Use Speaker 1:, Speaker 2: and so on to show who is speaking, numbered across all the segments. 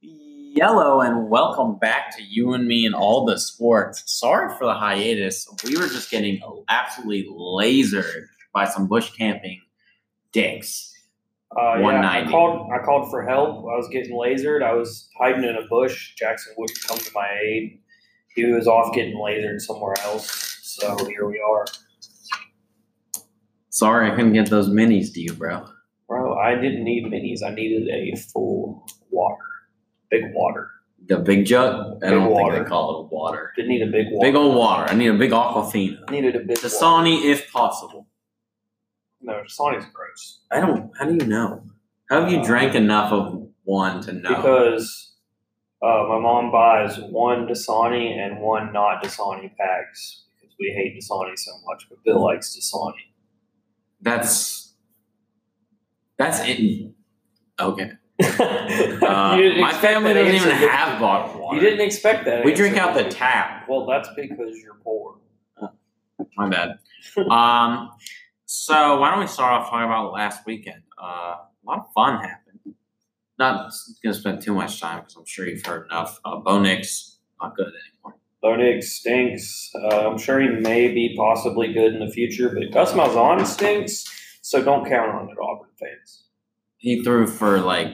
Speaker 1: Yellow, and welcome back to you and me and all the sports. Sorry for the hiatus. We were just getting absolutely lasered by some bush camping dicks.
Speaker 2: Uh, yeah, I
Speaker 1: 190.
Speaker 2: called. I called for help. I was getting lasered. I was hiding in a bush. Jackson wouldn't come to my aid. He was off getting lasered somewhere else. So here we are,
Speaker 1: Sorry I couldn't get those minis to you, bro.
Speaker 2: bro. I didn't need minis. I needed a full water, big water.
Speaker 1: The big jug? I
Speaker 2: Big
Speaker 1: don't think
Speaker 2: water.
Speaker 1: they call it water.
Speaker 2: Didn't need a big water.
Speaker 1: Big old water. I need a big aquafina.
Speaker 2: needed a big. water.
Speaker 1: Dasani, if possible.
Speaker 2: No, Sony's gross
Speaker 1: I don't. How do you know? How have you drank enough of one to know?
Speaker 2: because uh, my mom buys one Dasani and one not Dasani packs because we hate Dasani so much, but Bill likes Dasani.
Speaker 1: that's that's it. Okay. Uh,
Speaker 2: You didn't
Speaker 1: my
Speaker 2: expect
Speaker 1: family
Speaker 2: that
Speaker 1: doesn't even
Speaker 2: answer, did you?
Speaker 1: have bottled water.
Speaker 2: You didn't expect that.
Speaker 1: We drink
Speaker 2: answer,
Speaker 1: out the
Speaker 2: did you?
Speaker 1: tap.
Speaker 2: Well, that's because you're poor.
Speaker 1: My bad. um. So why don't we start off talking about last weekend? Uh, a lot of fun happened. Not gonna spend too much time because I'm sure you've heard enough. Uh, Bo Nix not good anymore.
Speaker 2: Bo Nix stinks. Uh, I'm sure he may be possibly good in the future, but Gus Malzahn stinks, so don't count on it, Auburn fans.
Speaker 1: He threw for like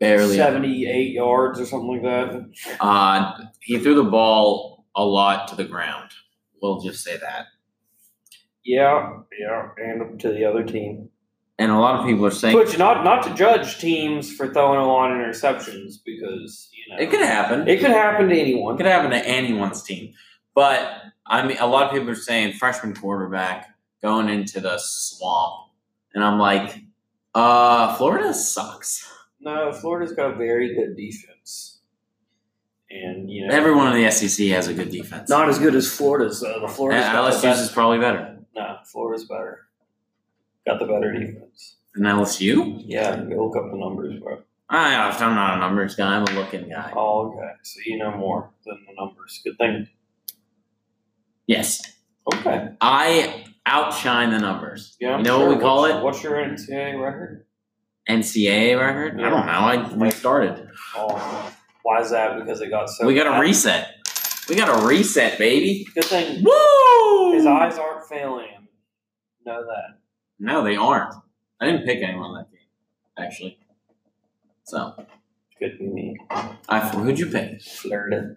Speaker 1: barely.
Speaker 2: 78 yards or something like that.
Speaker 1: Uh, he threw the ball a lot to the ground. We'll just say that.
Speaker 2: Yeah, yeah, and to the other team.
Speaker 1: And a lot of people are saying
Speaker 2: Which not not to judge teams for throwing a lot of interceptions because you know
Speaker 1: it could happen.
Speaker 2: it could happen to anyone.
Speaker 1: It could happen to anyone's team. But I mean, a lot of people are saying freshman quarterback going into the swamp, and I'm like, uh, Florida sucks.
Speaker 2: No, Florida's got a very good defense, and you know
Speaker 1: Everyone in the SEC has a good defense.
Speaker 2: not as good as Florida's. Uh, the
Speaker 1: and
Speaker 2: Florida's got the
Speaker 1: LSU's is
Speaker 2: best.
Speaker 1: probably better.
Speaker 2: No, Florida's better. Got the better defense.
Speaker 1: And LSU?
Speaker 2: Yeah, you look up the numbers, bro.
Speaker 1: I, I'm not a numbers guy. I'm a looking guy.
Speaker 2: Oh, okay. So you know more than the numbers. Good thing.
Speaker 1: Yes,
Speaker 2: Okay.
Speaker 1: I outshine the numbers.
Speaker 2: Yeah.
Speaker 1: you know what we call it?
Speaker 2: What's your NCAA record?
Speaker 1: NCAA record? I don't know. I restarted.
Speaker 2: Oh, why is that? Because it got so.
Speaker 1: We got
Speaker 2: bad?
Speaker 1: a reset. We got a reset, baby.
Speaker 2: Good thing
Speaker 1: Woo!
Speaker 2: his eyes aren't failing him. Know that.
Speaker 1: No, they aren't. I didn't pick anyone that game, actually. So,
Speaker 2: Could be me.
Speaker 1: I who'd you pick?
Speaker 2: Florida.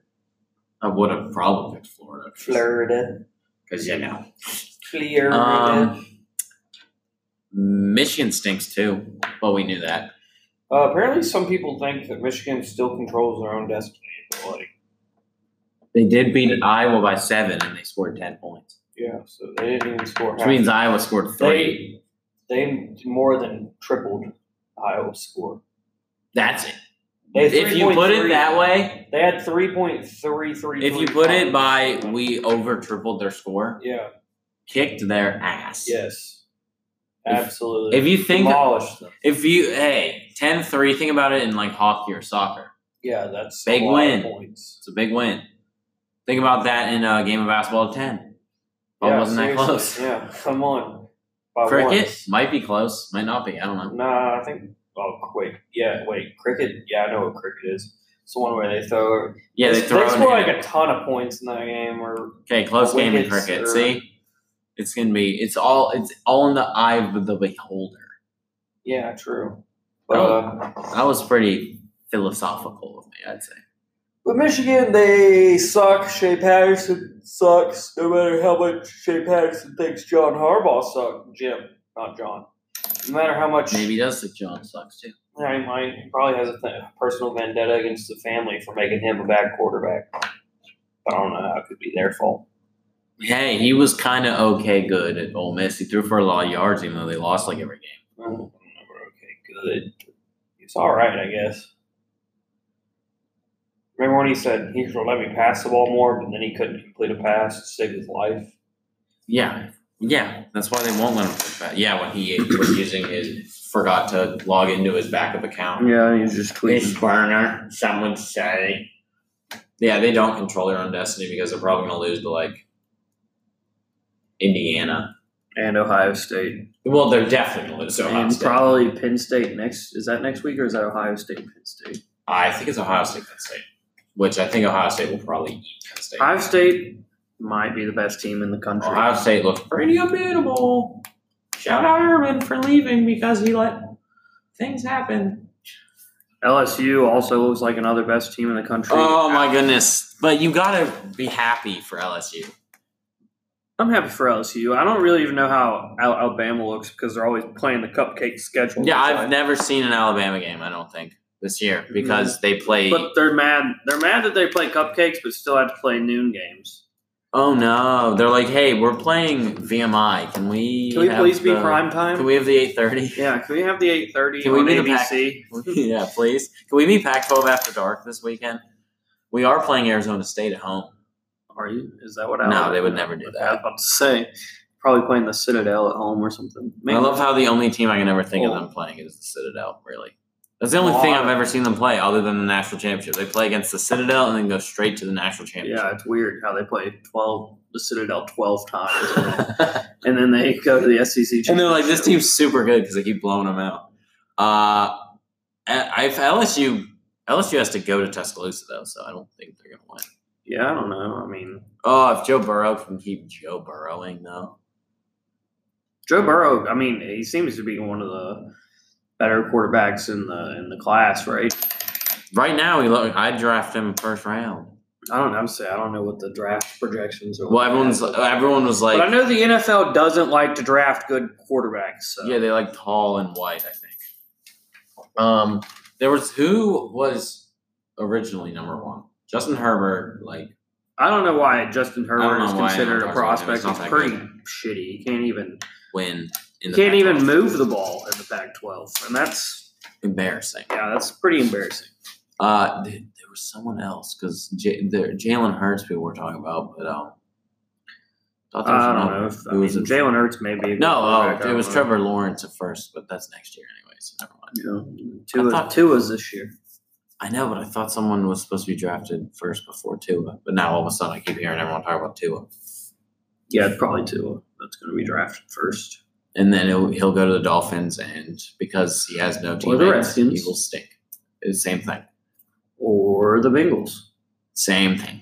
Speaker 1: I would have probably picked Florida.
Speaker 2: Florida.
Speaker 1: Because, you know.
Speaker 2: Florida.
Speaker 1: Um, Michigan stinks too, but we knew that.
Speaker 2: Uh, apparently, some people think that Michigan still controls their own destiny. But like,
Speaker 1: They did beat Iowa by seven and they scored 10 points,
Speaker 2: yeah, so they didn't even score.
Speaker 1: which
Speaker 2: half.
Speaker 1: means Iowa scored three.
Speaker 2: they they more than tripled Iowa's score.
Speaker 1: That's it.
Speaker 2: They had
Speaker 1: If you put it
Speaker 2: 3.3.
Speaker 1: that way,
Speaker 2: They had three point three three.
Speaker 1: If you put it by we over tripled their score,
Speaker 2: yeah,
Speaker 1: kicked their ass.
Speaker 2: yes,
Speaker 1: If-
Speaker 2: absolutely.
Speaker 1: If you think
Speaker 2: demolish them,
Speaker 1: if you hey, 10-3, think about it in like hockey or soccer.
Speaker 2: yeah, that's
Speaker 1: Big
Speaker 2: a lot of
Speaker 1: win.
Speaker 2: points.
Speaker 1: It's a big win. Think about that in a game of basketball at 10. Well,
Speaker 2: yeah,
Speaker 1: wasn't that
Speaker 2: seriously,
Speaker 1: close.
Speaker 2: Yeah, come on. By
Speaker 1: Cricket
Speaker 2: once.
Speaker 1: might be close, might not be. I don't know.
Speaker 2: Nah, I think. Oh, quick. Yeah, wait. Cricket. Yeah, I know what cricket is. It's the one where they throw.
Speaker 1: Yeah, they
Speaker 2: they
Speaker 1: throw
Speaker 2: score like
Speaker 1: it.
Speaker 2: a ton of points in that game. Or
Speaker 1: Okay, close game in
Speaker 2: wickets
Speaker 1: cricket.
Speaker 2: or-
Speaker 1: See? It's gonna be it's all it's all in the eye of the beholder.
Speaker 2: yeah, true. But,
Speaker 1: Oh.
Speaker 2: uh,
Speaker 1: That was pretty philosophical of me, I'd say.
Speaker 2: but Michigan, they suck. Shea Patterson sucks. No matter how much Shea Patterson thinks John Harbaugh sucks, Jim, not John. No matter how much
Speaker 1: Maybe he does think John sucks too.
Speaker 2: Yeah, he might. He probably has a th- personal vendetta against the family for making him a bad quarterback. I don't know how it could be their fault.
Speaker 1: Hey, he was kind of okay good at Ole Miss. He threw for a lot of yards, even though they lost like every game.
Speaker 2: I don't know, Okay, good. It's all right, I guess. Remember when he said he should let me pass the ball more, but then he couldn't complete a pass to save his life?
Speaker 1: Yeah, yeah, that's why they won't let him push back. Yeah, when he was using his forgot to log into his backup account.
Speaker 2: Yeah, he was just
Speaker 1: His burner, some would say. Yeah, they don't control their own destiny because they're probably going to lose to like Indiana.
Speaker 2: And Ohio State.
Speaker 1: Well, they're definitely going to lose to Ohio State.
Speaker 2: probably Penn State next. Is that next week or is that Ohio State Penn State?
Speaker 1: I think it's Ohio State, Penn State, which I think Ohio State will probably eat Penn State.
Speaker 2: Ohio State might be the best team in the country.
Speaker 1: Ohio State looked pretty unbeatable. Shout out Urban for leaving because he let things happen.
Speaker 2: LSU also looks like another best team in the country.
Speaker 1: Oh my goodness! But you gotta be happy for LSU.
Speaker 2: I'm happy for LSU. I don't really even know how Al- Alabama looks because they're always playing the cupcake schedule.
Speaker 1: Yeah,
Speaker 2: So-
Speaker 1: I've never seen an Alabama game. I don't think this year because they play.
Speaker 2: Mm-hmm. But they're mad. They're mad that they play cupcakes, but still had to play noon games.
Speaker 1: oh no! They're like, hey, we're playing VMI. Can we?
Speaker 2: Can we
Speaker 1: have
Speaker 2: please be
Speaker 1: the-
Speaker 2: prime time?
Speaker 1: Can we have the eight thirty?
Speaker 2: yeah, can we have the eight thirty
Speaker 1: Can we
Speaker 2: on
Speaker 1: be the
Speaker 2: ABC?
Speaker 1: yeah, please. Can we be Pac-12 after dark this weekend? We are playing Arizona State at home.
Speaker 2: Are you? Is that what?
Speaker 1: No, they would never do
Speaker 2: I was
Speaker 1: that.
Speaker 2: about to say, probably playing the Citadel at home or something.
Speaker 1: I love how the only team I can ever think of
Speaker 2: Oh.
Speaker 1: them playing is the Citadel. Really, that's the only thing I've ever seen them play, other than the national championship. They play against the Citadel and then go straight to the national championship.
Speaker 2: yeah, it's weird how they play twelve the Citadel twelve times, and then they go to the E SEC.
Speaker 1: and they're like, this
Speaker 2: championship.
Speaker 1: team's super good because they keep blowing them out. Uh, I- if LSU LSU has to go to Tuscaloosa though, so I don't think they're gonna win.
Speaker 2: Yeah, I don't know. I mean,
Speaker 1: Oh, if Joe Burrow can keep Joe Burrowing though,
Speaker 2: Joe Burrow. I mean, he seems to be one of the better quarterbacks in the in the class, right?
Speaker 1: right now he look. I draft him first round.
Speaker 2: I don't know. I'm saying I don't know what the draft projections are.
Speaker 1: Well, everyone's everyone was
Speaker 2: but I
Speaker 1: like,
Speaker 2: know the NFL doesn't like to draft good quarterbacks. So.
Speaker 1: yeah, they like tall and white. I think. Um, there was who was originally number one. Justin Herbert, like
Speaker 2: I don't know why Justin
Speaker 1: I don't
Speaker 2: Herbert
Speaker 1: know
Speaker 2: is
Speaker 1: why
Speaker 2: considered a
Speaker 1: anyone talks about him.
Speaker 2: prospect.
Speaker 1: He's not
Speaker 2: It's
Speaker 1: that
Speaker 2: pretty shitty. He can't even
Speaker 1: win. In
Speaker 2: he
Speaker 1: the
Speaker 2: can't
Speaker 1: Pac-12.
Speaker 2: even move the ball in the Pac-12, and that's
Speaker 1: Embarrassing.
Speaker 2: yeah, that's pretty embarrassing.
Speaker 1: Uh, th- there was someone else because J- there- Jalen Hurts people were talking about, but um, thought there was
Speaker 2: I don't
Speaker 1: another-
Speaker 2: know. If,
Speaker 1: Who
Speaker 2: I mean,
Speaker 1: was it?
Speaker 2: Jalen Hurts maybe.
Speaker 1: No, oh, it was Trevor Lawrence at first, but that's next year anyway, so never mind. I
Speaker 2: Tua,
Speaker 1: thought-
Speaker 2: Tua's this year.
Speaker 1: I know, but I thought someone was supposed to be drafted first before Tua, but now all of a sudden I keep hearing everyone talk about Tua,
Speaker 2: Yeah, it's probably Tua that's going to be drafted first.
Speaker 1: and then he'll, he'll go to the Dolphins, and because he has no
Speaker 2: Or the
Speaker 1: teammates, he
Speaker 2: Redskins.
Speaker 1: will stink. It's the same thing,
Speaker 2: Or the Bengals.
Speaker 1: same thing.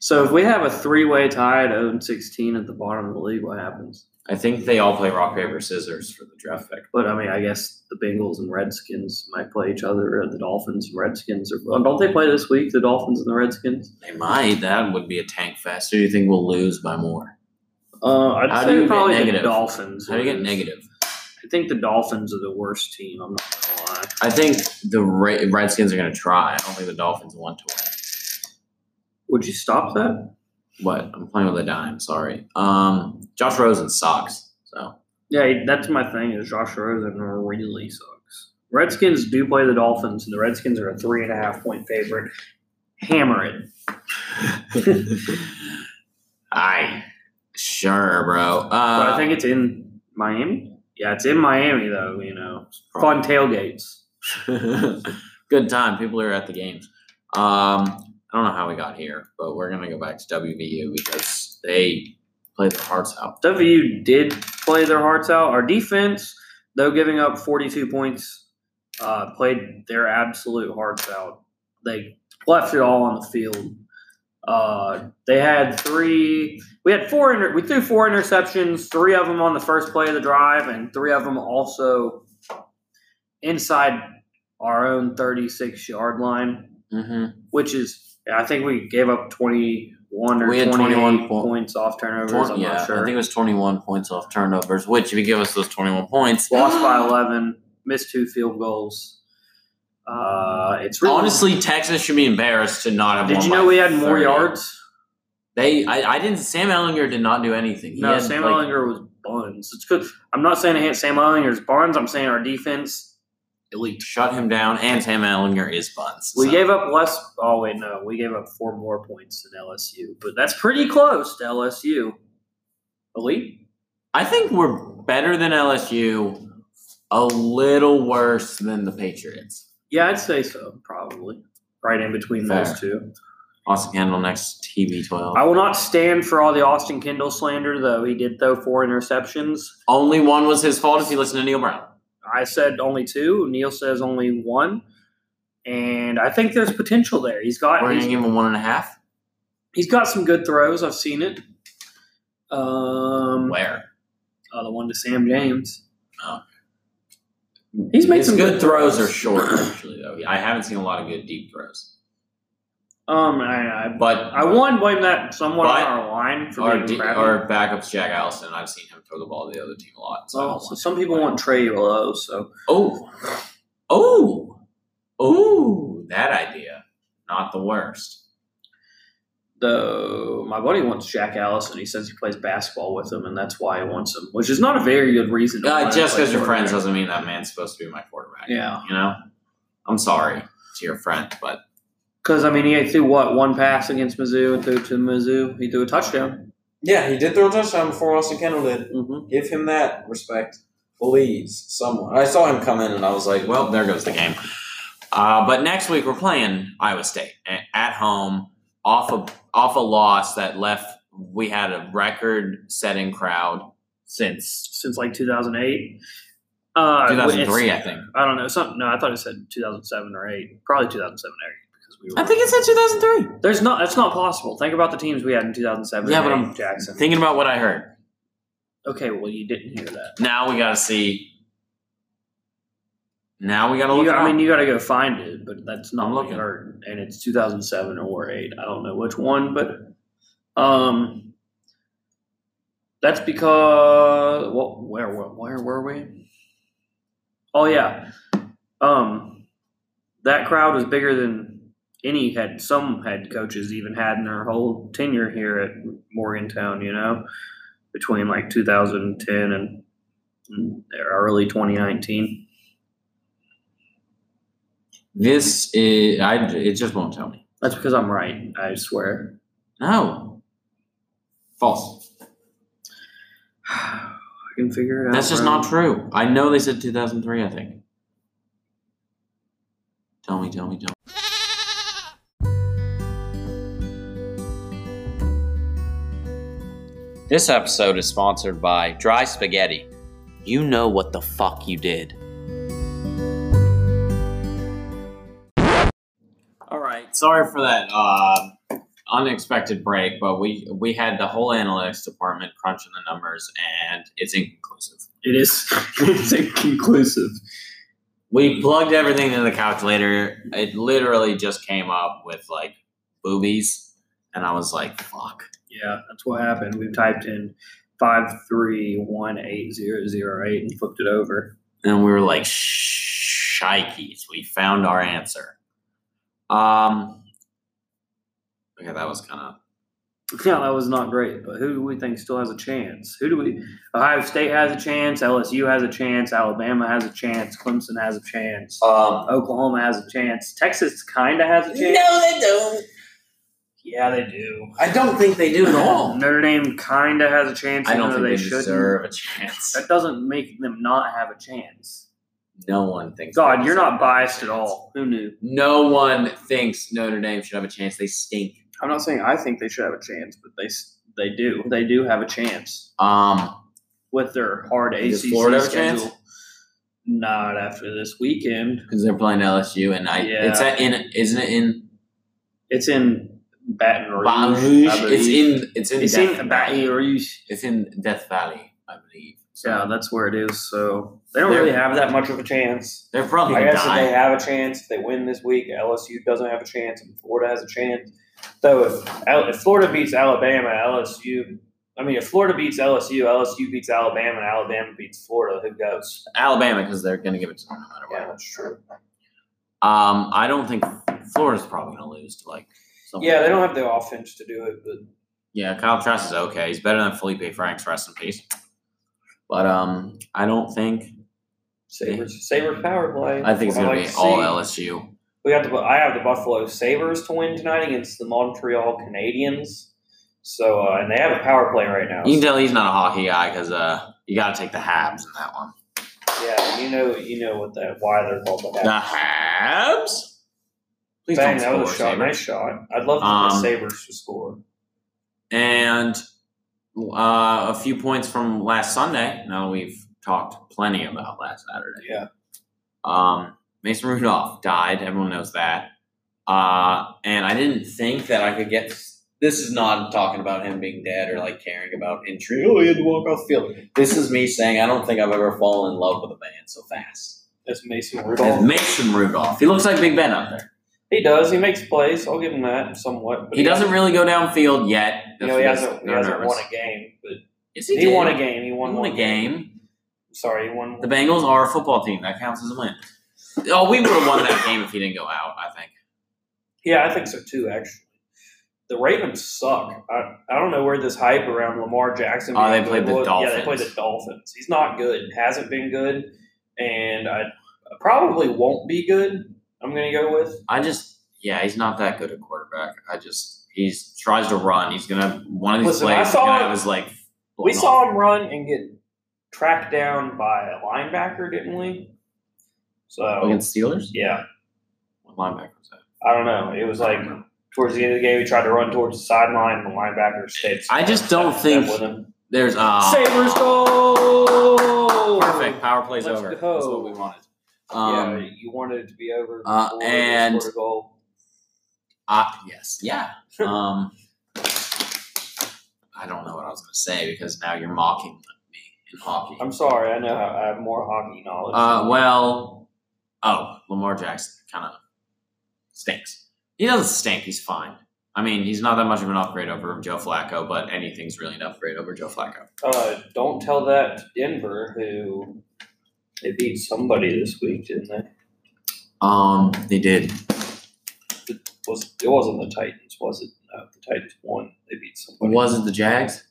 Speaker 2: So if we have a three-way tie at 0 16 at the bottom of the league, what happens?
Speaker 1: I think they all play rock paper scissors for the draft pick.
Speaker 2: But I mean, I guess the Bengals and Redskins might play each other, or the Dolphins and Redskins. Or well, don't they play this week? The Dolphins and the Redskins.
Speaker 1: They might. That would be a tank fest. Who do you think will lose by more?
Speaker 2: Uh, I'd
Speaker 1: How do
Speaker 2: say
Speaker 1: you get
Speaker 2: probably the
Speaker 1: negative?
Speaker 2: Dolphins.
Speaker 1: How do you get
Speaker 2: is-
Speaker 1: negative?
Speaker 2: I think the Dolphins are the worst team. I'm not gonna lie.
Speaker 1: I think the Ra- Redskins are going to try. I don't think the Dolphins want to win.
Speaker 2: Would you stop that?
Speaker 1: What? I'm playing with a dime. Sorry. Um, Josh Rosen sucks. So
Speaker 2: Yeah, that's my thing. Is Josh Rosen really sucks? Redskins do play the Dolphins, and the Redskins are a three and a half point favorite. Hammer it.
Speaker 1: I sure, bro. Uh,
Speaker 2: but I think it's in Miami. Yeah, it's in Miami though. You know, fun tailgates.
Speaker 1: Good time. People are at the games. Um, I don't know how we got here, but we're gonna go back to WVU because they play their hearts out.
Speaker 2: W did play their hearts out. Our defense, though giving up 42 points, uh, played their absolute hearts out. They left it all on the field. Uh, they had three. We had four. Inter, we threw four interceptions. Three of them on the first play of the drive, and three of them also inside our own 36 yard line,
Speaker 1: Mm-hmm.
Speaker 2: which is. I think we gave up 21 or
Speaker 1: We had
Speaker 2: 21
Speaker 1: 21 po-
Speaker 2: points off turnovers. I'm
Speaker 1: yeah,
Speaker 2: not sure.
Speaker 1: I think it was 21 points off turnovers. Which, if you give us those 21 points,
Speaker 2: lost by 11, missed two field goals. Uh, it's really,
Speaker 1: Honestly, Texas should be embarrassed to not have.
Speaker 2: Did
Speaker 1: won
Speaker 2: you
Speaker 1: by
Speaker 2: know we had more
Speaker 1: 30.
Speaker 2: yards?
Speaker 1: They, I, I didn't. Sam Ellinger did not do anything. He
Speaker 2: No,
Speaker 1: had,
Speaker 2: Sam
Speaker 1: like,
Speaker 2: Ellinger was buns. It's good. I'm not saying I hate Sam Ellinger's buns. I'm saying our defense elite.
Speaker 1: shut him down, and Sam Ellinger is buns.
Speaker 2: We
Speaker 1: so.
Speaker 2: gave up less. Oh wait, no, we gave up four more points than LSU, but that's pretty close to LSU. Elite.
Speaker 1: I think we're better than LSU, a little worse than the Patriots.
Speaker 2: Yeah, I'd say so. Probably right in between
Speaker 1: Fair.
Speaker 2: those two.
Speaker 1: Austin Kendall next TB12.
Speaker 2: I will not stand for all the Austin Kendall slander, though. He did throw four interceptions.
Speaker 1: Only one
Speaker 2: Uh,
Speaker 1: was his fault if you listen to Neil Brown.
Speaker 2: I said only two. Neil says only one. and I think there's potential there. He's got
Speaker 1: We're gonna
Speaker 2: he's,
Speaker 1: give him one and a half.
Speaker 2: he's got some good throws. I've seen it. Um,
Speaker 1: Where?
Speaker 2: uh, the one to Sam James.
Speaker 1: He's
Speaker 2: He's made some
Speaker 1: Oh. good
Speaker 2: good
Speaker 1: throws.
Speaker 2: throws.
Speaker 1: Are short actually though. I haven't seen a lot of good deep throws.
Speaker 2: Um, I I,
Speaker 1: But
Speaker 2: I one blame that somewhat
Speaker 1: But-
Speaker 2: on our line for
Speaker 1: our
Speaker 2: being
Speaker 1: de-
Speaker 2: crappy.
Speaker 1: our backups Jack Allison. I've seen him throw the ball to the other team a lot. So I
Speaker 2: oh,
Speaker 1: don't
Speaker 2: so
Speaker 1: want-
Speaker 2: some people want Trey Lowe, so
Speaker 1: Oh, oh, oh! That idea, not the worst.
Speaker 2: though my buddy wants Jack Allison. He says he plays basketball with him, and that's why he wants him, which is not a very good reason. to
Speaker 1: Uh,
Speaker 2: want to
Speaker 1: just
Speaker 2: play
Speaker 1: because you're friends
Speaker 2: quarterback.
Speaker 1: doesn't mean that man's supposed to be my quarterback.
Speaker 2: Yeah,
Speaker 1: You know, I'm sorry to your friend, but
Speaker 2: because I mean, he threw what one pass against Mizzou and threw to Mizzou. He threw a touchdown.
Speaker 3: Yeah, he did throw a touchdown before Austin Kendall did.
Speaker 1: Mm-hmm.
Speaker 2: hmm
Speaker 3: Give him that respect, please. Someone. I saw him come in and I was like,
Speaker 1: well, there goes the game. Uh, but next week we're playing Iowa State a- at home, off a off a loss that left we had a record setting crowd since
Speaker 2: Since like 2008. Uh, it's-
Speaker 1: 2003, I think.
Speaker 2: I don't know. Something. No, I thought it said 2007 or eight. Probably 2007 or eight because we were.
Speaker 1: I think it said 2003.
Speaker 2: There's not. That's not possible. Think about the teams we had in 2007.
Speaker 1: Yeah,
Speaker 2: and
Speaker 1: but
Speaker 2: 8,
Speaker 1: I'm
Speaker 2: Jackson.
Speaker 1: Thinking about what I heard.
Speaker 2: okay, well you didn't hear that.
Speaker 1: Now we gotta see. Now we gotta
Speaker 2: You
Speaker 1: look.
Speaker 2: got-
Speaker 1: it
Speaker 2: I
Speaker 1: up.
Speaker 2: mean, you got to go find it, but that's not
Speaker 1: I'm
Speaker 2: what you
Speaker 1: looking.
Speaker 2: heard. And it's 2007 or eight. I don't know which one, but um, that's because what? Where? Where, where were we? Oh yeah, um, that crowd was bigger than any head some head coaches even had in their whole tenure here at Morgantown. You know, between like 2010 and and early 2019.
Speaker 1: this is. I. It just won't tell me.
Speaker 2: That's because I'm right. I swear.
Speaker 1: No. False.
Speaker 2: I can figure it out.
Speaker 1: That's just
Speaker 2: bro.
Speaker 1: not true. I know they said 2003. I think. Tell me. Tell me. Tell me. This episode is sponsored by Dry Spaghetti. You know what the fuck you did. All right. Sorry for that uh, unexpected break, but we we had the whole analytics department crunching the numbers, and it's inconclusive.
Speaker 2: It is. it's inconclusive.
Speaker 1: We plugged everything into the calculator. It literally just came up with like boobies, and I was like, "Fuck."
Speaker 2: Yeah, that's what happened. We typed in five three one eight zero zero eight and flipped it over.
Speaker 1: And we were like, "Shikes, we found our answer." Um. Okay, that was kind of
Speaker 2: Yeah, that was not great. But who do we think still has a chance? Who do we? Ohio State has a chance. LSU has a chance. Alabama has a chance. Clemson has a chance.
Speaker 1: um.
Speaker 2: Oklahoma has a chance. Texas kind of has a chance.
Speaker 3: they don't.
Speaker 2: Yeah, they do.
Speaker 3: I don't think they do at all.
Speaker 2: Notre Dame kind of has a chance.
Speaker 1: I don't think
Speaker 2: even though
Speaker 1: they
Speaker 2: shouldn't.
Speaker 1: deserve a chance.
Speaker 2: That doesn't make them not have a chance.
Speaker 1: No one thinks.
Speaker 2: God, you're
Speaker 1: Notre Dame
Speaker 2: not biased
Speaker 1: should
Speaker 2: at
Speaker 1: have a chance.
Speaker 2: all. Who knew?
Speaker 1: No one thinks Notre Dame should have a chance. They stink.
Speaker 2: I'm not saying I think they should have a chance, but they s- they do. They do have a chance
Speaker 1: Um,
Speaker 2: with their hard
Speaker 1: Does
Speaker 2: ACC
Speaker 1: Florida have a
Speaker 2: schedule.
Speaker 1: chance?
Speaker 2: Not after this weekend.
Speaker 1: because they're playing LSU, and I
Speaker 2: Yeah.
Speaker 1: it's at, in isn't it in
Speaker 2: It's in Baton Rouge.
Speaker 1: Baton
Speaker 2: I
Speaker 1: Rouge? It's
Speaker 2: believe.
Speaker 1: in it's in
Speaker 2: it's
Speaker 1: Death
Speaker 2: in
Speaker 1: Valley.
Speaker 2: Baton Rouge.
Speaker 1: It's in Death Valley, I believe. So
Speaker 2: Yeah, that's where it is. So they don't
Speaker 1: They're-
Speaker 2: really have that much of a chance.
Speaker 1: they're probably
Speaker 3: I
Speaker 1: gonna
Speaker 3: guess if
Speaker 1: die.
Speaker 3: they have a chance, if they win this week, LSU doesn't have a chance, and Florida has a chance. So if, Al- if Florida beats Alabama, LSU, I mean, if Florida beats LSU, LSU beats Alabama, and Alabama beats Florida, who goes?
Speaker 1: Alabama because they're gonna give it to them no matter what.
Speaker 3: Yeah, that's true.
Speaker 1: Um, I don't think Florida's probably gonna lose to like. Someone.
Speaker 3: Yeah, they don't have the offense to do it, but
Speaker 1: Yeah, Kyle Trask is okay. He's better than Felipe Franks. Rest in peace. But um, I don't think.
Speaker 3: Sabres, Sabres power play.
Speaker 1: I think it's
Speaker 3: What
Speaker 1: gonna
Speaker 3: like
Speaker 1: be
Speaker 3: to
Speaker 1: all
Speaker 3: see.
Speaker 1: LSU.
Speaker 3: We have to. I have the Buffalo Sabres to win tonight against the Montreal Canadiens. So uh, and they have a power play right now.
Speaker 1: You can tell he's not a hockey guy because uh, you got to take the Habs in that one.
Speaker 3: yeah, you know, you know what that why they're called the
Speaker 1: The
Speaker 3: Habs.
Speaker 1: Habs? Please
Speaker 3: Bang, that
Speaker 1: don't
Speaker 3: was a
Speaker 1: score,
Speaker 3: shot. Nice
Speaker 1: Sabres.
Speaker 3: shot. I'd love for
Speaker 1: Um,
Speaker 3: the Sabres to score.
Speaker 1: And uh, a few points from last Sunday. Now that we've talked plenty about last Saturday.
Speaker 3: Yeah.
Speaker 1: Um, Mason Rudolph died. Everyone knows that. Uh, and I didn't think that I could get. This is not talking about him being dead or like caring about injury. Oh, he had to walk off the field. This is me saying I don't think I've ever fallen in love with a man so fast.
Speaker 2: That's Mason
Speaker 1: It's
Speaker 2: Rudolph.
Speaker 1: Mason Rudolph. He looks like Big Ben out there.
Speaker 2: He does. He makes plays. I'll give him that somewhat. but
Speaker 1: He doesn't really go downfield yet.
Speaker 2: You know, he
Speaker 1: That's-
Speaker 2: hasn't, he
Speaker 1: they're
Speaker 2: hasn't
Speaker 1: nervous.
Speaker 2: won a game, but
Speaker 1: Yes,
Speaker 2: he,
Speaker 1: he, did.
Speaker 2: won a game. He
Speaker 1: He
Speaker 2: won,
Speaker 1: won a
Speaker 2: one
Speaker 1: game.
Speaker 2: Sorry, he won.
Speaker 1: The Bengals are a football team. That counts as a win. Oh, we would have won that game if he didn't go out, I think.
Speaker 2: yeah, I think so too. Actually, the Ravens suck. I, I don't know where this hype around Lamar Jackson.
Speaker 1: Oh, they
Speaker 2: being
Speaker 1: played
Speaker 2: good
Speaker 1: the
Speaker 2: was. Yeah, they played the
Speaker 1: Dolphins.
Speaker 2: Dolphins. He's not good. Hasn't been good, and I probably won't be good. I'm gonna go with.
Speaker 1: I just, yeah, he's not that good a quarterback. I just, he's tries to run. He's gonna one of these
Speaker 2: Listen, I
Speaker 1: plays. He's
Speaker 2: saw-
Speaker 1: gonna have his like.
Speaker 2: We saw him run and get tracked down by a linebacker, didn't we? So
Speaker 1: against Steelers.
Speaker 2: yeah,
Speaker 1: What linebacker was that?
Speaker 2: I don't know. It was like towards the end of the game, he tried to run towards the sideline, and the linebacker stayed.
Speaker 1: I just don't think-
Speaker 2: with him.
Speaker 1: There's uh
Speaker 2: Sabers goal.
Speaker 1: Perfect. Power plays
Speaker 2: Let's
Speaker 1: over.
Speaker 2: go.
Speaker 1: That's what we wanted. Um,
Speaker 2: yeah, you wanted it to be over.
Speaker 1: uh,
Speaker 2: before they
Speaker 1: and-
Speaker 2: scored a goal.
Speaker 1: Ah, yes. Yeah. Um, I don't know what I was gonna say because now you're mocking me in hockey.
Speaker 2: I'm sorry. I know I have more hockey knowledge.
Speaker 1: Uh, well, oh, Lamar Jackson kind of stinks. He doesn't stink. He's fine. I mean, he's not that much of an upgrade over Joe Flacco, but anything's really an upgrade over Joe Flacco.
Speaker 2: uh, don't tell that to Denver, who they beat somebody this week, didn't they?
Speaker 1: Um, they did.
Speaker 2: was it wasn't the Titans, was it? No, the Titans won. They beat somebody.
Speaker 1: Was it the Jags?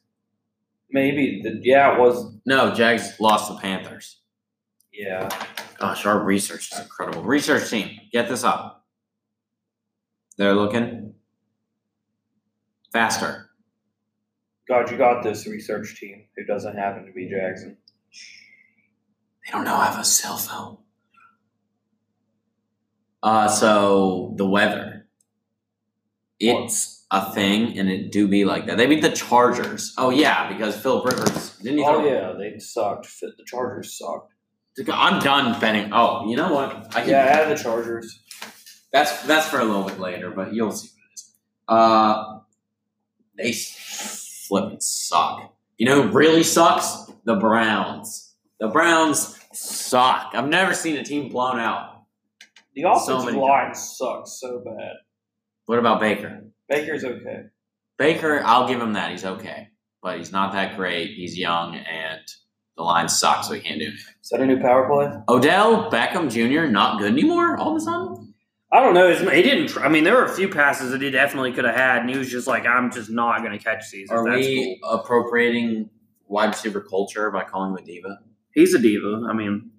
Speaker 2: Maybe the yeah, it was
Speaker 1: No, Jags lost the Panthers.
Speaker 2: yeah.
Speaker 1: Gosh, our research is incredible. Research team, get this up. They're looking faster.
Speaker 2: God, you got this research team who doesn't happen to be Jackson.
Speaker 1: They don't know I have a cell phone. Uh, so the weather. It's a thing, and it do be like that. They beat the Chargers. Oh yeah, because Phil Rivers didn't he?
Speaker 2: Oh
Speaker 1: throw-
Speaker 2: yeah, they sucked. Fit the Chargers sucked.
Speaker 1: I'm done betting. Oh, you know what? I can,
Speaker 2: Yeah, I had the Chargers.
Speaker 1: That's that's for a little bit later, but you'll see what it is. Uh, they s- flippin' suck. You know who really sucks? The Browns. The Browns suck. I've never seen a team blown out.
Speaker 2: The offensive
Speaker 1: many
Speaker 2: line sucks so bad.
Speaker 1: What about Baker?
Speaker 2: Baker's okay.
Speaker 1: Baker, I'll give him that. He's okay, but he's not that great. He's young, and the line sucks, so he can't do anything.
Speaker 2: Is that a new power play?
Speaker 1: Odell Beckham Jr. not good anymore. All of a sudden,
Speaker 3: I don't know. It's, he didn't. tr- I mean, there were a few passes that he definitely could have had, and he was just like, "I'm just not going to catch these." if
Speaker 1: are
Speaker 3: that's
Speaker 1: we
Speaker 3: cool."
Speaker 1: appropriating wide receiver culture by calling him a diva?
Speaker 3: He's a diva. I mean,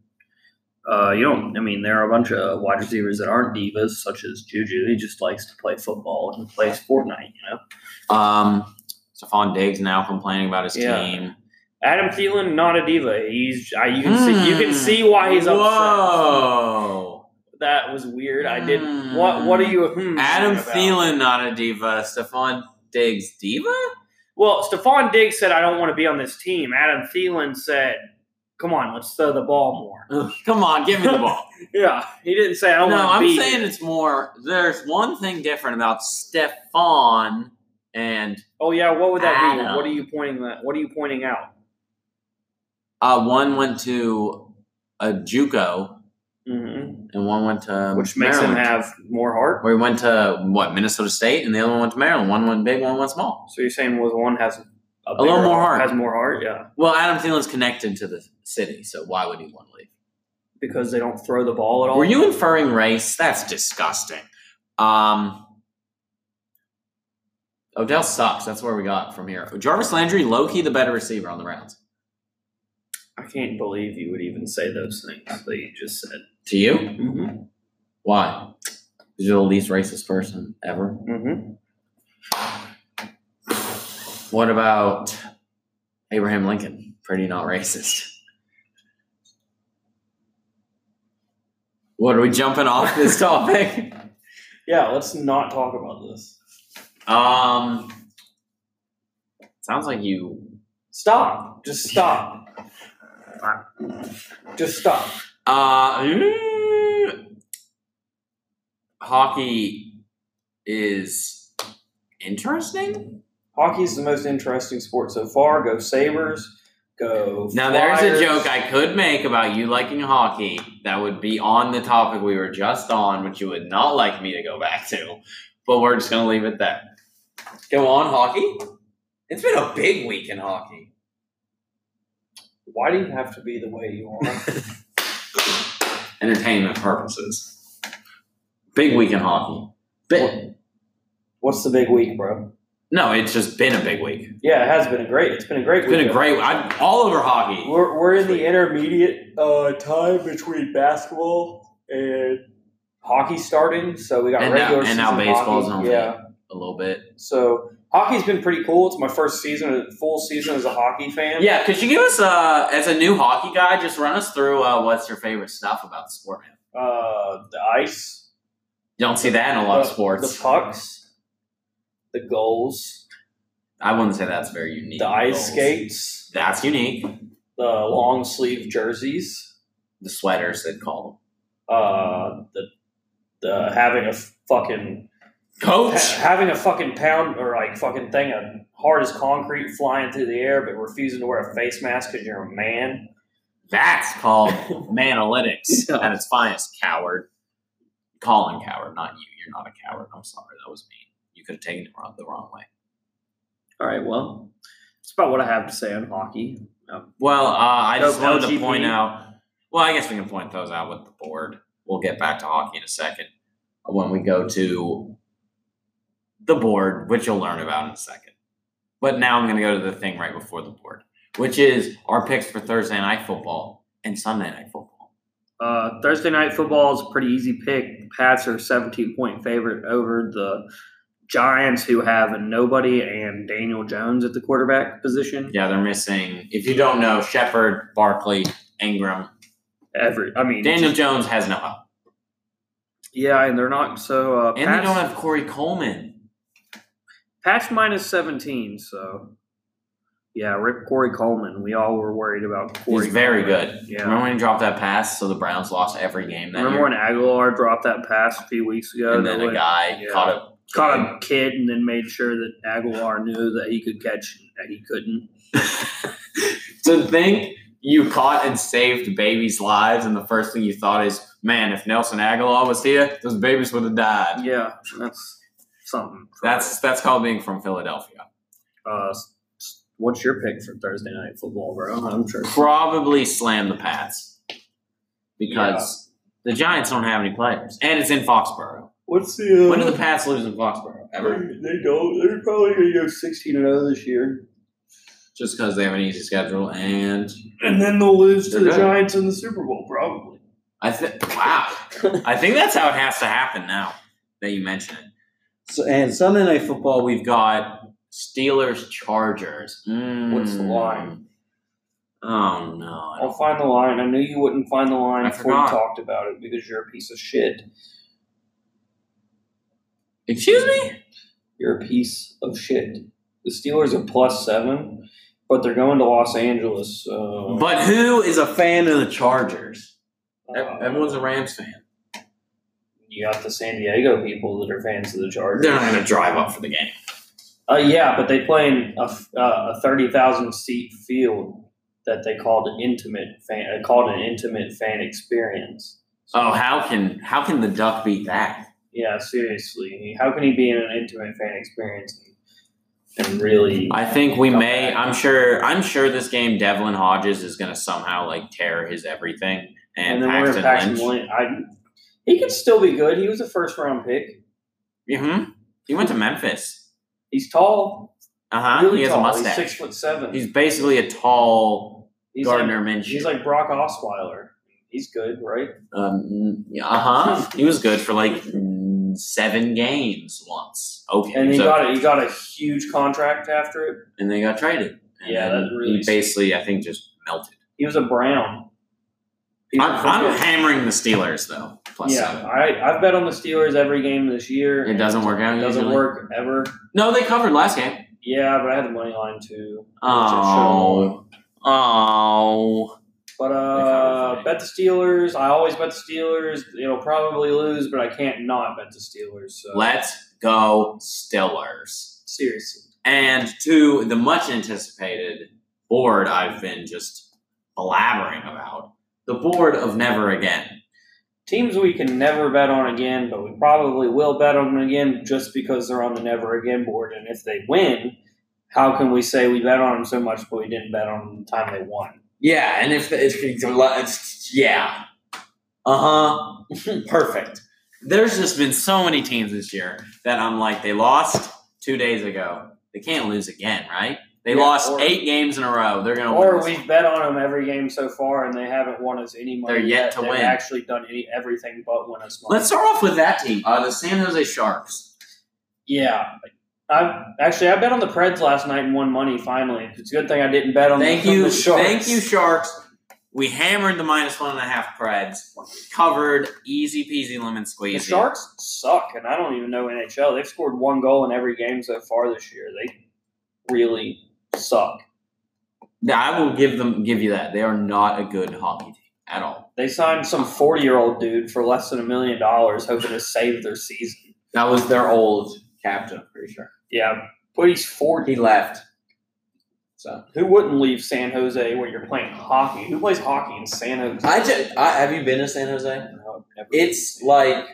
Speaker 3: uh, you don't. I mean, there are a bunch of wide receivers that aren't divas, such as Juju. He just likes to play football and plays Fortnite. You know,
Speaker 1: Um, Stephon Diggs now complaining about his
Speaker 3: Yeah.
Speaker 1: team.
Speaker 3: Adam Thielen not a diva. He's I, you can see you
Speaker 1: Hmm.
Speaker 3: can see why he's upset.
Speaker 1: Whoa!
Speaker 3: That was weird. I didn't. What What are you? Hmm,
Speaker 1: Adam
Speaker 3: about?
Speaker 1: Thielen not a diva. Stephon Diggs diva.
Speaker 3: Well, Stephon Diggs said, I don't want to be on this team. Adam Thielen said, come on, let's throw the ball more.
Speaker 1: Ugh, come on, give me the ball.
Speaker 3: Yeah. He didn't say, I don't
Speaker 1: no,
Speaker 3: want to
Speaker 1: I'm
Speaker 3: be.
Speaker 1: saying it's more. There's one thing different about Stefan and
Speaker 3: oh, yeah. What would that be?
Speaker 1: Adam.
Speaker 3: What are you pointing that? What are you pointing out?
Speaker 1: uh, one went to a JUCO
Speaker 3: Mm-hmm.
Speaker 1: and one went to
Speaker 3: Which makes
Speaker 1: Maryland.
Speaker 3: him have more heart.
Speaker 1: Where he went to what Minnesota State and the other one went to Maryland. One went big, one went small.
Speaker 3: So you're saying was one has a,
Speaker 1: little
Speaker 3: bigger-
Speaker 1: more heart.
Speaker 3: Has more heart, yeah.
Speaker 1: Well, Adam Thielen's connected to the city, so why would he want to leave?
Speaker 3: Because they don't throw the ball at all.
Speaker 1: Were you inferring race? That's disgusting. Um, Odell sucks. That's where we got from here. Jarvis Landry, low key, the better receiver on the rounds.
Speaker 3: I can't believe you would even say those things that you just said.
Speaker 1: To you?
Speaker 3: Mm-hmm.
Speaker 1: Why? Because you're the least racist person ever.
Speaker 3: Mm-hmm.
Speaker 1: What about Abraham Lincoln? Pretty not racist. What are we jumping off this topic?
Speaker 2: Yeah, let's not talk about this.
Speaker 1: Um, sounds like you.
Speaker 2: Stop. Just stop. Just stop.
Speaker 1: Uh, mm, hockey is interesting.
Speaker 2: Hockey's the most interesting sport so far. Go Sabres. Go.
Speaker 1: Now there's a
Speaker 2: Flyers.
Speaker 1: joke I could make about you liking hockey that would be on the topic we were just on, which you would not like me to go back to. But we're just gonna leave it there. Go on, hockey. It's been a big week in hockey.
Speaker 2: Why do you have to be the way you are?
Speaker 1: Entertainment purposes. Big week in hockey. But
Speaker 2: What's the big week, bro?
Speaker 1: no, it's just been a big week.
Speaker 2: Yeah, it has been a great. It's been a great.
Speaker 1: It's been
Speaker 2: week.
Speaker 1: a great. I'm all over hockey.
Speaker 2: We're, we're in the intermediate uh, time between basketball and hockey starting, so we got
Speaker 1: And now-
Speaker 2: regular
Speaker 1: and
Speaker 2: season
Speaker 1: now baseball's
Speaker 2: hockey.
Speaker 1: on.
Speaker 2: Yeah,
Speaker 1: a little bit.
Speaker 2: so hockey's been pretty cool. It's my first season, full season as a hockey fan.
Speaker 1: Yeah, could you give us uh as a new hockey guy, just run us through uh, what's your favorite stuff about the sport, man?
Speaker 2: uh, the ice,
Speaker 1: You don't see that in a lot of
Speaker 2: the-
Speaker 1: sports.
Speaker 2: the pucks, the goals,
Speaker 1: I wouldn't say that's very unique.
Speaker 2: the
Speaker 1: Goals.
Speaker 2: ice skates,
Speaker 1: That's unique.
Speaker 2: the long sleeve jerseys,
Speaker 1: The sweaters they'd call
Speaker 2: uh, the the having a fucking
Speaker 1: them. Coach.
Speaker 2: Ha- having a fucking pound or like fucking thing of hard as concrete flying through the air, but refusing to wear a face mask because you're a man.
Speaker 1: That's called manalytics
Speaker 3: Yeah.
Speaker 1: at its finest, coward. Colin Coward, not you. You're not a coward. I'm sorry. That was mean. You could have taken it wrong, the wrong way.
Speaker 3: All right, well, that's about what I have to say on hockey. Um,
Speaker 1: Well, uh, I
Speaker 3: So
Speaker 1: just wanted to
Speaker 3: LGP.
Speaker 1: point out. Well, I guess we can point those out with the board. We'll get back to hockey in a second uh, when we go to the board, which you'll learn about in a second. But now I'm going to go to the thing right before the board, which is our picks for Thursday night football and Sunday night football.
Speaker 3: uh, Thursday night football is a pretty easy pick. Pats are 17 point favorite over the Giants, who have a nobody and Daniel Jones at the quarterback position.
Speaker 1: Yeah, they're missing. If you don't know, Shepard, Barkley, Ingram,
Speaker 3: Every, I mean,
Speaker 1: Daniel Jones has no help,
Speaker 3: yeah, and they're not so. Uh,
Speaker 1: and
Speaker 3: Pats,
Speaker 1: they don't have Corey Coleman.
Speaker 3: Patch minus 17, so. Yeah, rip Corey Coleman. We all were worried about Corey.
Speaker 1: He's very
Speaker 3: Coleman.
Speaker 1: good.
Speaker 3: Yeah.
Speaker 1: Remember when he dropped that pass? So the Browns lost every game that
Speaker 3: Remember
Speaker 1: year.
Speaker 3: when Aguilar dropped that pass a few weeks ago?
Speaker 1: and
Speaker 3: that
Speaker 1: then a
Speaker 3: would-
Speaker 1: guy
Speaker 3: yeah.
Speaker 1: caught a
Speaker 3: caught a kid and then made sure that Aguilar knew that he could catch and that he couldn't.
Speaker 1: to think you caught and saved babies' lives, and the first thing you thought is, man, if Nelson Aguilar was here, those babies would have died.
Speaker 3: Yeah, that's something.
Speaker 1: That's that's called being from Philadelphia.
Speaker 3: uh, s- what's your pick for Thursday night football, bro? I'm sure.
Speaker 1: Probably slam the Pats because the Giants don't have any players, and it's in Foxborough.
Speaker 2: What's the? uh,
Speaker 1: When do the Pats lose in Foxborough? Ever?
Speaker 2: They go. They're probably gonna go sixteen and zero this year,
Speaker 1: Just because they have an easy schedule, and
Speaker 2: and then they'll lose
Speaker 1: They're good.
Speaker 2: Giants in the Super Bowl, probably.
Speaker 1: I think wow, I think that's how it has to happen now that you mention it. So, and Sunday night football, we've got Steelers Chargers. Mm.
Speaker 2: What's the line?
Speaker 1: Oh no, I
Speaker 2: I'll
Speaker 1: don't-
Speaker 2: find the line. I knew you wouldn't find the line
Speaker 1: I
Speaker 2: before
Speaker 1: forgot.
Speaker 2: you talked about it because you're a piece of shit.
Speaker 1: excuse me.
Speaker 2: You're a piece of shit. The Steelers are plus seven, but they're going to Los Angeles. So,
Speaker 1: But who is a fan of the Chargers?
Speaker 2: uh,
Speaker 1: E, Everyone's a Rams fan.
Speaker 2: you got the San Diego people that are fans of the Chargers.
Speaker 1: They're not going to drive up for the game.
Speaker 2: Uh, yeah, but they play in a, f- uh, a thirty thousand seat field that they called an intimate fan. Uh, called an intimate fan experience. So,
Speaker 1: Oh, how can how can the Duck beat that?
Speaker 2: yeah, seriously, how can he be in an intimate fan experience and, and really?
Speaker 1: I think we may. I'm sure. I'm sure this game, Devlin Hodges is going to somehow like tear his everything, and,
Speaker 2: then we're
Speaker 1: Paxton,
Speaker 2: in Paxton
Speaker 1: Lynch.
Speaker 2: Lynch. I, he could still be good. He was a first round pick.
Speaker 1: Mm-hmm. He went to Memphis.
Speaker 2: He's tall,
Speaker 1: Uh huh.
Speaker 2: really
Speaker 1: he has
Speaker 2: tall.
Speaker 1: a mustache.
Speaker 2: He's six foot seven.
Speaker 1: He's basically a tall
Speaker 2: he's
Speaker 1: Gardner
Speaker 2: Like,
Speaker 1: Minshew.
Speaker 2: he's like Brock Osweiler. He's good, right?
Speaker 1: um, uh huh. he was good for like mm, seven games once. Okay,
Speaker 2: And he
Speaker 1: so-
Speaker 2: got a, he got a huge contract after it.
Speaker 1: and they got traded. And
Speaker 2: Yeah,
Speaker 1: then
Speaker 2: that really
Speaker 1: He basically, I think, just melted.
Speaker 2: He was a Brown. He was
Speaker 1: I'm,
Speaker 2: a-
Speaker 1: I'm hammering the Steelers though. Plus
Speaker 2: yeah,
Speaker 1: seven.
Speaker 2: I I've bet on the Steelers every game this year.
Speaker 1: It doesn't work out.
Speaker 2: It doesn't
Speaker 1: usually.
Speaker 2: work ever.
Speaker 1: No, they covered last game.
Speaker 2: Yeah, but I had the money line too. which it
Speaker 1: Oh,
Speaker 2: should've won.
Speaker 1: oh.
Speaker 2: But uh, bet the Steelers. I always bet the Steelers. It'll probably lose, but I can't not bet the Steelers. So.
Speaker 1: Let's go Steelers.
Speaker 2: Seriously,
Speaker 1: And to the much anticipated board I've been just blabbering about, the board of never again.
Speaker 2: teams we can never bet on again, but we probably will bet on them again just because they're on the never again board. And if they win, how can we say we bet on them so much, but we didn't bet on them the time they won?
Speaker 1: Yeah, and if it's, it's, it's yeah, uh huh, perfect. There's just been so many teams this year that I'm like, they lost two days ago. They can't lose again, right? They
Speaker 2: Yeah,
Speaker 1: lost
Speaker 2: or-
Speaker 1: eight games in a row. They're gonna
Speaker 2: Or
Speaker 1: lose.
Speaker 2: we've bet on them every game so far, and they haven't won us any money.
Speaker 1: They're yet to
Speaker 2: They've
Speaker 1: win.
Speaker 2: Actually, done any, everything but win us money.
Speaker 1: Let's start off with that team, uh, the San Jose Sharks.
Speaker 2: Yeah. I actually I bet on the Preds last night and won money finally. It's a good thing I didn't bet on
Speaker 1: Thank
Speaker 2: the, on
Speaker 1: you,
Speaker 2: the Sharks.
Speaker 1: thank you, Sharks. We hammered the minus one and a half Preds, covered easy peasy lemon
Speaker 2: The
Speaker 1: squeezy.
Speaker 2: Sharks suck, and I don't even know NHL. They've scored one goal in every game so far this year. They really suck.
Speaker 1: Yeah, I will give them give you that. They are not a good hockey team at all.
Speaker 2: They signed some forty year old dude for less than a million dollars, hoping to save their season.
Speaker 1: That was their old captain, I'm pretty sure.
Speaker 2: Yeah, but he's forty.
Speaker 1: He left. So
Speaker 2: Who wouldn't leave San Jose where you're playing hockey? Who plays hockey in San Jose?
Speaker 1: I just I, have you been to San Jose?
Speaker 2: No, I've never-
Speaker 1: It's like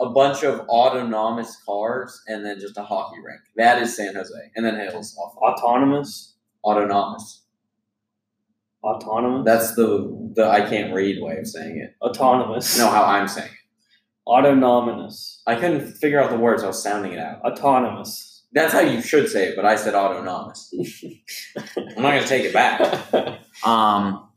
Speaker 1: a bunch of autonomous cars and then just a hockey rink. That is San Jose, and then hills off
Speaker 2: autonomous.
Speaker 1: autonomous.
Speaker 2: Autonomous.
Speaker 1: That's the the I can't read way of saying it.
Speaker 2: autonomous.
Speaker 1: No, how I'm saying. it.
Speaker 2: Autonomous.
Speaker 1: I couldn't figure out the words. I was sounding it out.
Speaker 2: Autonomous.
Speaker 1: That's how you should say it, but I said autonomous. I'm not gonna take it back. Um,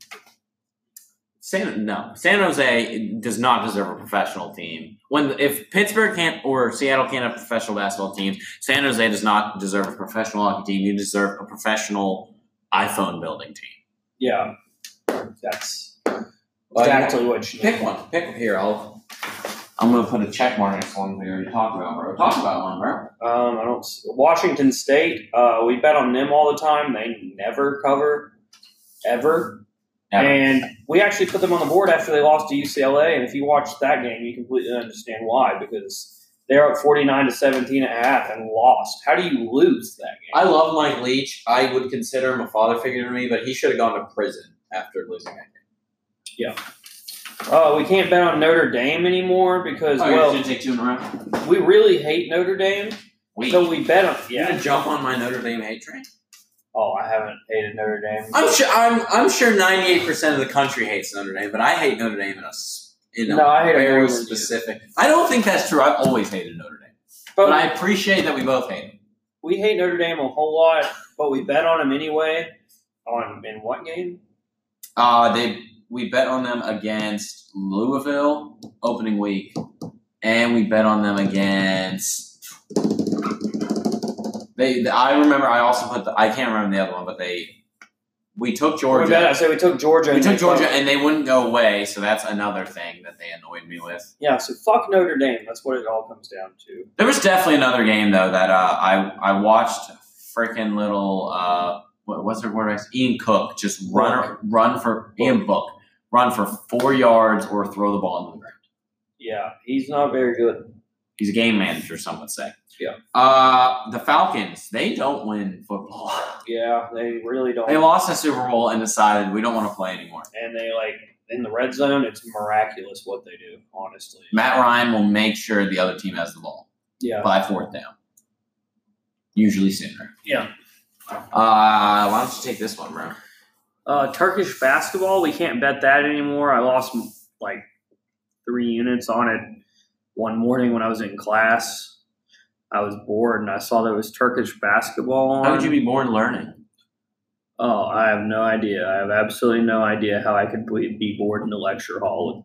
Speaker 1: San no San Jose does not deserve a professional team. When if Pittsburgh can't or Seattle can't have professional basketball teams, San Jose does not deserve a professional hockey team. You deserve a professional iPhone building team.
Speaker 2: yeah, that's
Speaker 1: But
Speaker 2: exactly what you
Speaker 1: Pick
Speaker 2: need.
Speaker 1: one. Pick here. I'll. I'm gonna put a check mark next to one we already talked about, bro. Talk about one, bro.
Speaker 2: Um, I don't. s- Washington State. Uh, we bet on them all the time. They never cover, ever.
Speaker 1: Never.
Speaker 2: And we actually put them on the board after they lost to UCLA. And if you watch that game, you completely understand why because they're up forty nine to seventeen and a half and lost. How do you lose that game?
Speaker 1: I love Mike Leach. I would consider him a father figure to me, but he should have gone to prison after losing that game.
Speaker 2: Uh, we can't bet on Notre Dame anymore because
Speaker 1: Oh,
Speaker 2: well,
Speaker 1: take two in a row.
Speaker 2: we really hate Notre Dame,
Speaker 1: Wait,
Speaker 2: so we bet on
Speaker 1: you
Speaker 2: yeah.
Speaker 1: gonna jump on my Notre Dame hate train?
Speaker 2: Oh, I haven't hated Notre Dame.
Speaker 1: I'm sure. I'm. I'm sure. Ninety-eight percent of the country hates Notre Dame, but I hate Notre Dame in a s- in a
Speaker 2: No, I hate it
Speaker 1: very
Speaker 2: more than you.
Speaker 1: specific. I don't think that's true. I've always hated Notre Dame,
Speaker 2: But,
Speaker 1: but I appreciate that we both hate them.
Speaker 2: we hate Notre Dame a whole lot, but we bet on them anyway. On in what game?
Speaker 1: Uh, they we bet on them against Louisville opening week, and we bet on them against. They. I remember. I also put. The, I can't remember the other one, but they. We took Georgia.
Speaker 2: We bet. I said we took Georgia.
Speaker 1: We
Speaker 2: and
Speaker 1: took
Speaker 2: they
Speaker 1: Georgia
Speaker 2: fucked-
Speaker 1: and they wouldn't go away, so that's another thing that they annoyed me with.
Speaker 2: Yeah. So fuck Notre Dame. That's what it all comes down to.
Speaker 1: There was definitely another game though that uh, I I watched freaking little uh what, what's their word? Ian Cook just run run for Ian Book run for four yards or throw the ball into the ground.
Speaker 2: Yeah, he's not very good.
Speaker 1: He's a game manager, some would say.
Speaker 2: Yeah.
Speaker 1: Uh, the Falcons they don't win football.
Speaker 2: Yeah, they really don't.
Speaker 1: They lost the Super Bowl and decided we don't want to play anymore.
Speaker 2: and they like in the red zone. It's miraculous what they do. Honestly.
Speaker 1: Matt Ryan will make sure the other team has the ball.
Speaker 2: Yeah.
Speaker 1: by fourth down. Usually sooner.
Speaker 2: Yeah.
Speaker 1: Uh, why don't you take this one, bro?
Speaker 3: Uh, Turkish basketball, we can't bet that anymore. I lost like three units on it one morning when I was in class. I was bored and I saw there was Turkish basketball on.
Speaker 1: How would you be born learning?
Speaker 3: Oh, I have no idea. I have absolutely no idea how I could be be bored in a lecture hall with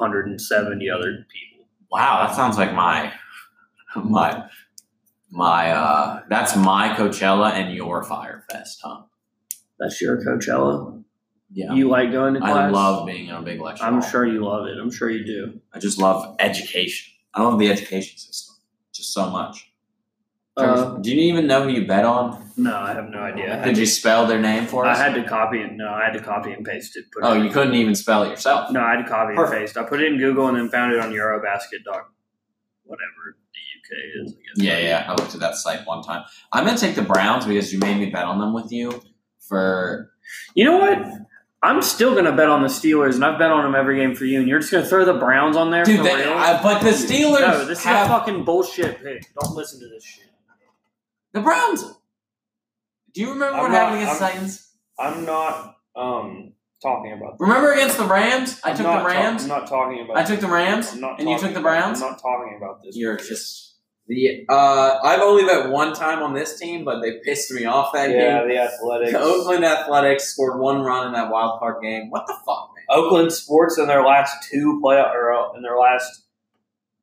Speaker 3: 170 other people.
Speaker 1: Wow, that sounds like my my my uh that's my Coachella and your Firefest, huh?
Speaker 3: That's your Coachella.
Speaker 1: Yeah.
Speaker 3: You like going to class?
Speaker 1: I love being in a big lecture.
Speaker 3: I'm
Speaker 1: hall.
Speaker 3: sure you love it. I'm sure you do.
Speaker 1: I just love education. I love the education system just so much.
Speaker 3: Uh,
Speaker 1: Do you even know who you bet on?
Speaker 3: no, I have no idea. I had,
Speaker 1: Could you spell their name for
Speaker 3: I
Speaker 1: us?
Speaker 3: had to copy it. No, I had to copy and paste it. Put
Speaker 1: oh,
Speaker 3: it
Speaker 1: you couldn't even spell it yourself.
Speaker 3: No, I had to copy and
Speaker 1: Perfect.
Speaker 3: paste. I put it in Google and then found it on Eurobasket. dot Whatever the UK is, I guess.
Speaker 1: Yeah, yeah. I looked at that site one time. I'm gonna take the Browns because you made me bet on them with you for
Speaker 3: You know what? I'm still gonna bet on the Steelers, and I've bet on them every game for you. And you're just gonna throw the Browns on there
Speaker 1: dude.
Speaker 3: for
Speaker 1: They,
Speaker 3: real?
Speaker 1: I, but the Steelers
Speaker 3: no, this is a
Speaker 1: have
Speaker 3: fucking bullshit pick. Don't listen to this shit.
Speaker 1: the Browns. Do you remember
Speaker 2: I'm
Speaker 1: what
Speaker 2: not-
Speaker 1: happened against
Speaker 2: I'm-
Speaker 1: Titans?
Speaker 2: I'm not um talking about.
Speaker 1: Remember against the Rams? I
Speaker 2: I'm
Speaker 1: took
Speaker 2: not
Speaker 1: the
Speaker 2: ta-
Speaker 1: Rams.
Speaker 2: I'm not talking about.
Speaker 1: I took the Rams,
Speaker 2: I'm not
Speaker 1: and you
Speaker 2: talking
Speaker 1: took the
Speaker 2: about-
Speaker 1: Browns.
Speaker 2: I'm not talking about this.
Speaker 1: You're just the. Uh, I've only bet one time on this team, but they pissed me off that
Speaker 2: yeah,
Speaker 1: game.
Speaker 2: the Athletics.
Speaker 1: The Oakland Athletics scored one run in that wild card game. What the fuck, man?
Speaker 2: Oakland sports in their last two playoff or uh, in their last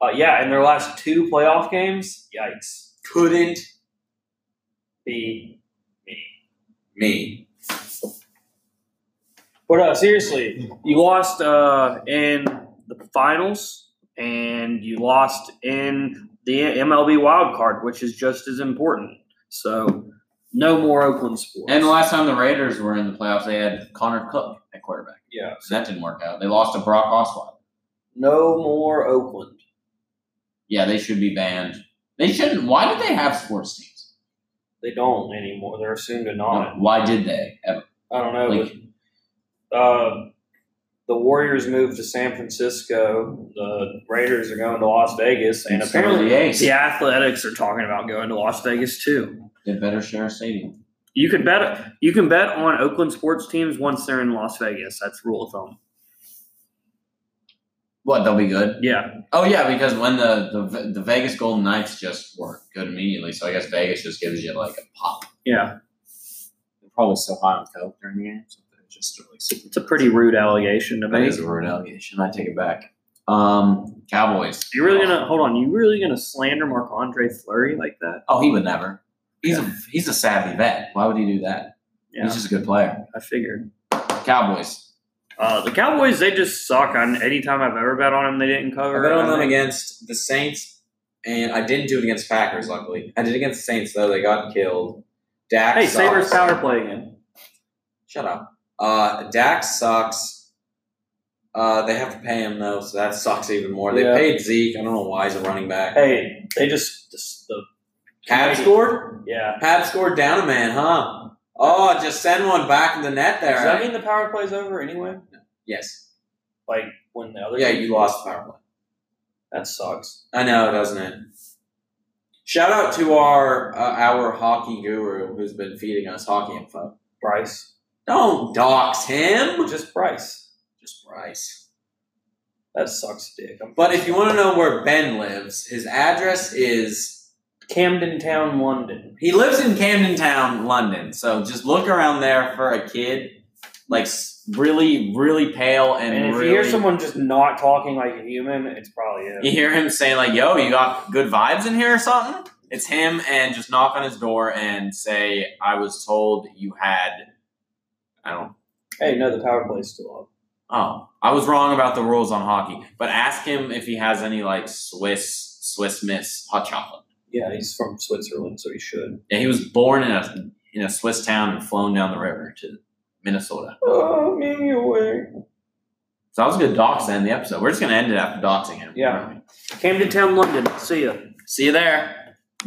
Speaker 2: uh, yeah in their last two playoff games. Yikes!
Speaker 1: Couldn't
Speaker 2: Be
Speaker 1: me.
Speaker 2: but uh, seriously,
Speaker 3: You lost uh, in the finals, and you lost in the MLB wild card, which is just as important. So, no more Oakland sports.
Speaker 1: And the last time the Raiders were in the playoffs, they had Connor Cook at quarterback.
Speaker 2: yeah,
Speaker 1: So that didn't work out. They lost to Brock Osweiler.
Speaker 2: no more Oakland.
Speaker 1: Yeah, they should be banned. They shouldn't. Why did they have sports teams?
Speaker 2: They don't anymore. They're assumed to not.
Speaker 1: Why did they? ever?
Speaker 2: I don't know.
Speaker 1: Like,
Speaker 2: but, uh, the Warriors moved to San Francisco. The Raiders are going to Las Vegas, and
Speaker 1: so are
Speaker 2: apparently
Speaker 1: the A's.
Speaker 3: the Athletics are talking about going to Las Vegas too.
Speaker 1: They better share a stadium.
Speaker 3: You could bet you can bet on Oakland sports teams once they're in Las Vegas. That's rule of thumb.
Speaker 1: What? They'll be good.
Speaker 3: Yeah.
Speaker 1: Oh yeah, because when the the, the Vegas Golden Knights just were good immediately, so I guess Vegas just gives you like a pop.
Speaker 3: Yeah.
Speaker 1: They're probably so high on coke during the game, so they're just really super.
Speaker 3: It's a pretty rude allegation to
Speaker 1: That
Speaker 3: make.
Speaker 1: is a rude allegation. I take it back. Um, Cowboys.
Speaker 3: You really gonna hold on, you really gonna slander Marc Andre Fleury like that?
Speaker 1: Oh, he would never. He's a he's a savvy vet. Why would he do that?
Speaker 3: Yeah,
Speaker 1: He's just a good player.
Speaker 3: I figured.
Speaker 1: Cowboys.
Speaker 3: Uh, the Cowboys, they just suck. On any time I've ever bet on them, they didn't
Speaker 1: I
Speaker 3: cover.
Speaker 1: bet on
Speaker 3: I
Speaker 1: them
Speaker 3: think.
Speaker 1: against the Saints, and I didn't do it against Packers. Luckily, I did against the Saints though. They got killed. Dak.
Speaker 3: Hey,
Speaker 1: sucks.
Speaker 3: Sabres power play again.
Speaker 1: Shut up. Uh, Dak sucks. Uh, they have to pay him though, so that sucks even more. They
Speaker 2: Yeah.
Speaker 1: paid Zeke. I don't know why he's a running back.
Speaker 2: hey, they just, just the
Speaker 1: Pad
Speaker 2: Hey.
Speaker 1: scored.
Speaker 2: yeah.
Speaker 1: Pad scored down a man, huh? Oh, just send one back in the net there.
Speaker 2: Does that mean the power play's over anyway?
Speaker 1: yes.
Speaker 2: Like when the other
Speaker 1: Yeah,
Speaker 2: team-
Speaker 1: you lost the power play.
Speaker 2: That sucks.
Speaker 1: I know, doesn't it? Shout out to our uh, our hockey guru who's been feeding us hockey info.
Speaker 2: Bryce,
Speaker 1: Don't dox him.
Speaker 2: just Bryce.
Speaker 1: Just Bryce.
Speaker 2: That sucks, dick. I'm
Speaker 1: But if you want to know where Ben lives, his address is.
Speaker 2: Camden Town, London.
Speaker 1: He lives in Camden Town, London. So just look around there for a kid, like s- really, really pale and,
Speaker 2: And, if
Speaker 1: really.
Speaker 2: you hear someone just not talking like a human, it's probably him.
Speaker 1: you hear him saying like, "Yo, you got good vibes in here or something." It's him, and just knock on his door and say, "I was told you had." I don't
Speaker 2: Hey, no, the power play's still up.
Speaker 1: Oh, I was wrong about the rules on hockey. But ask him if he has any like Swiss Swiss Miss hot chocolate.
Speaker 2: Yeah, he's from Switzerland, so he should.
Speaker 1: Yeah, he was born in a in a Swiss town and flown down the river to Minnesota.
Speaker 2: Oh, me away.
Speaker 1: So that was a good dox to end the episode. We're just gonna end it after doxing him.
Speaker 2: Yeah.
Speaker 3: Camden Town, London. See ya.
Speaker 1: See you there.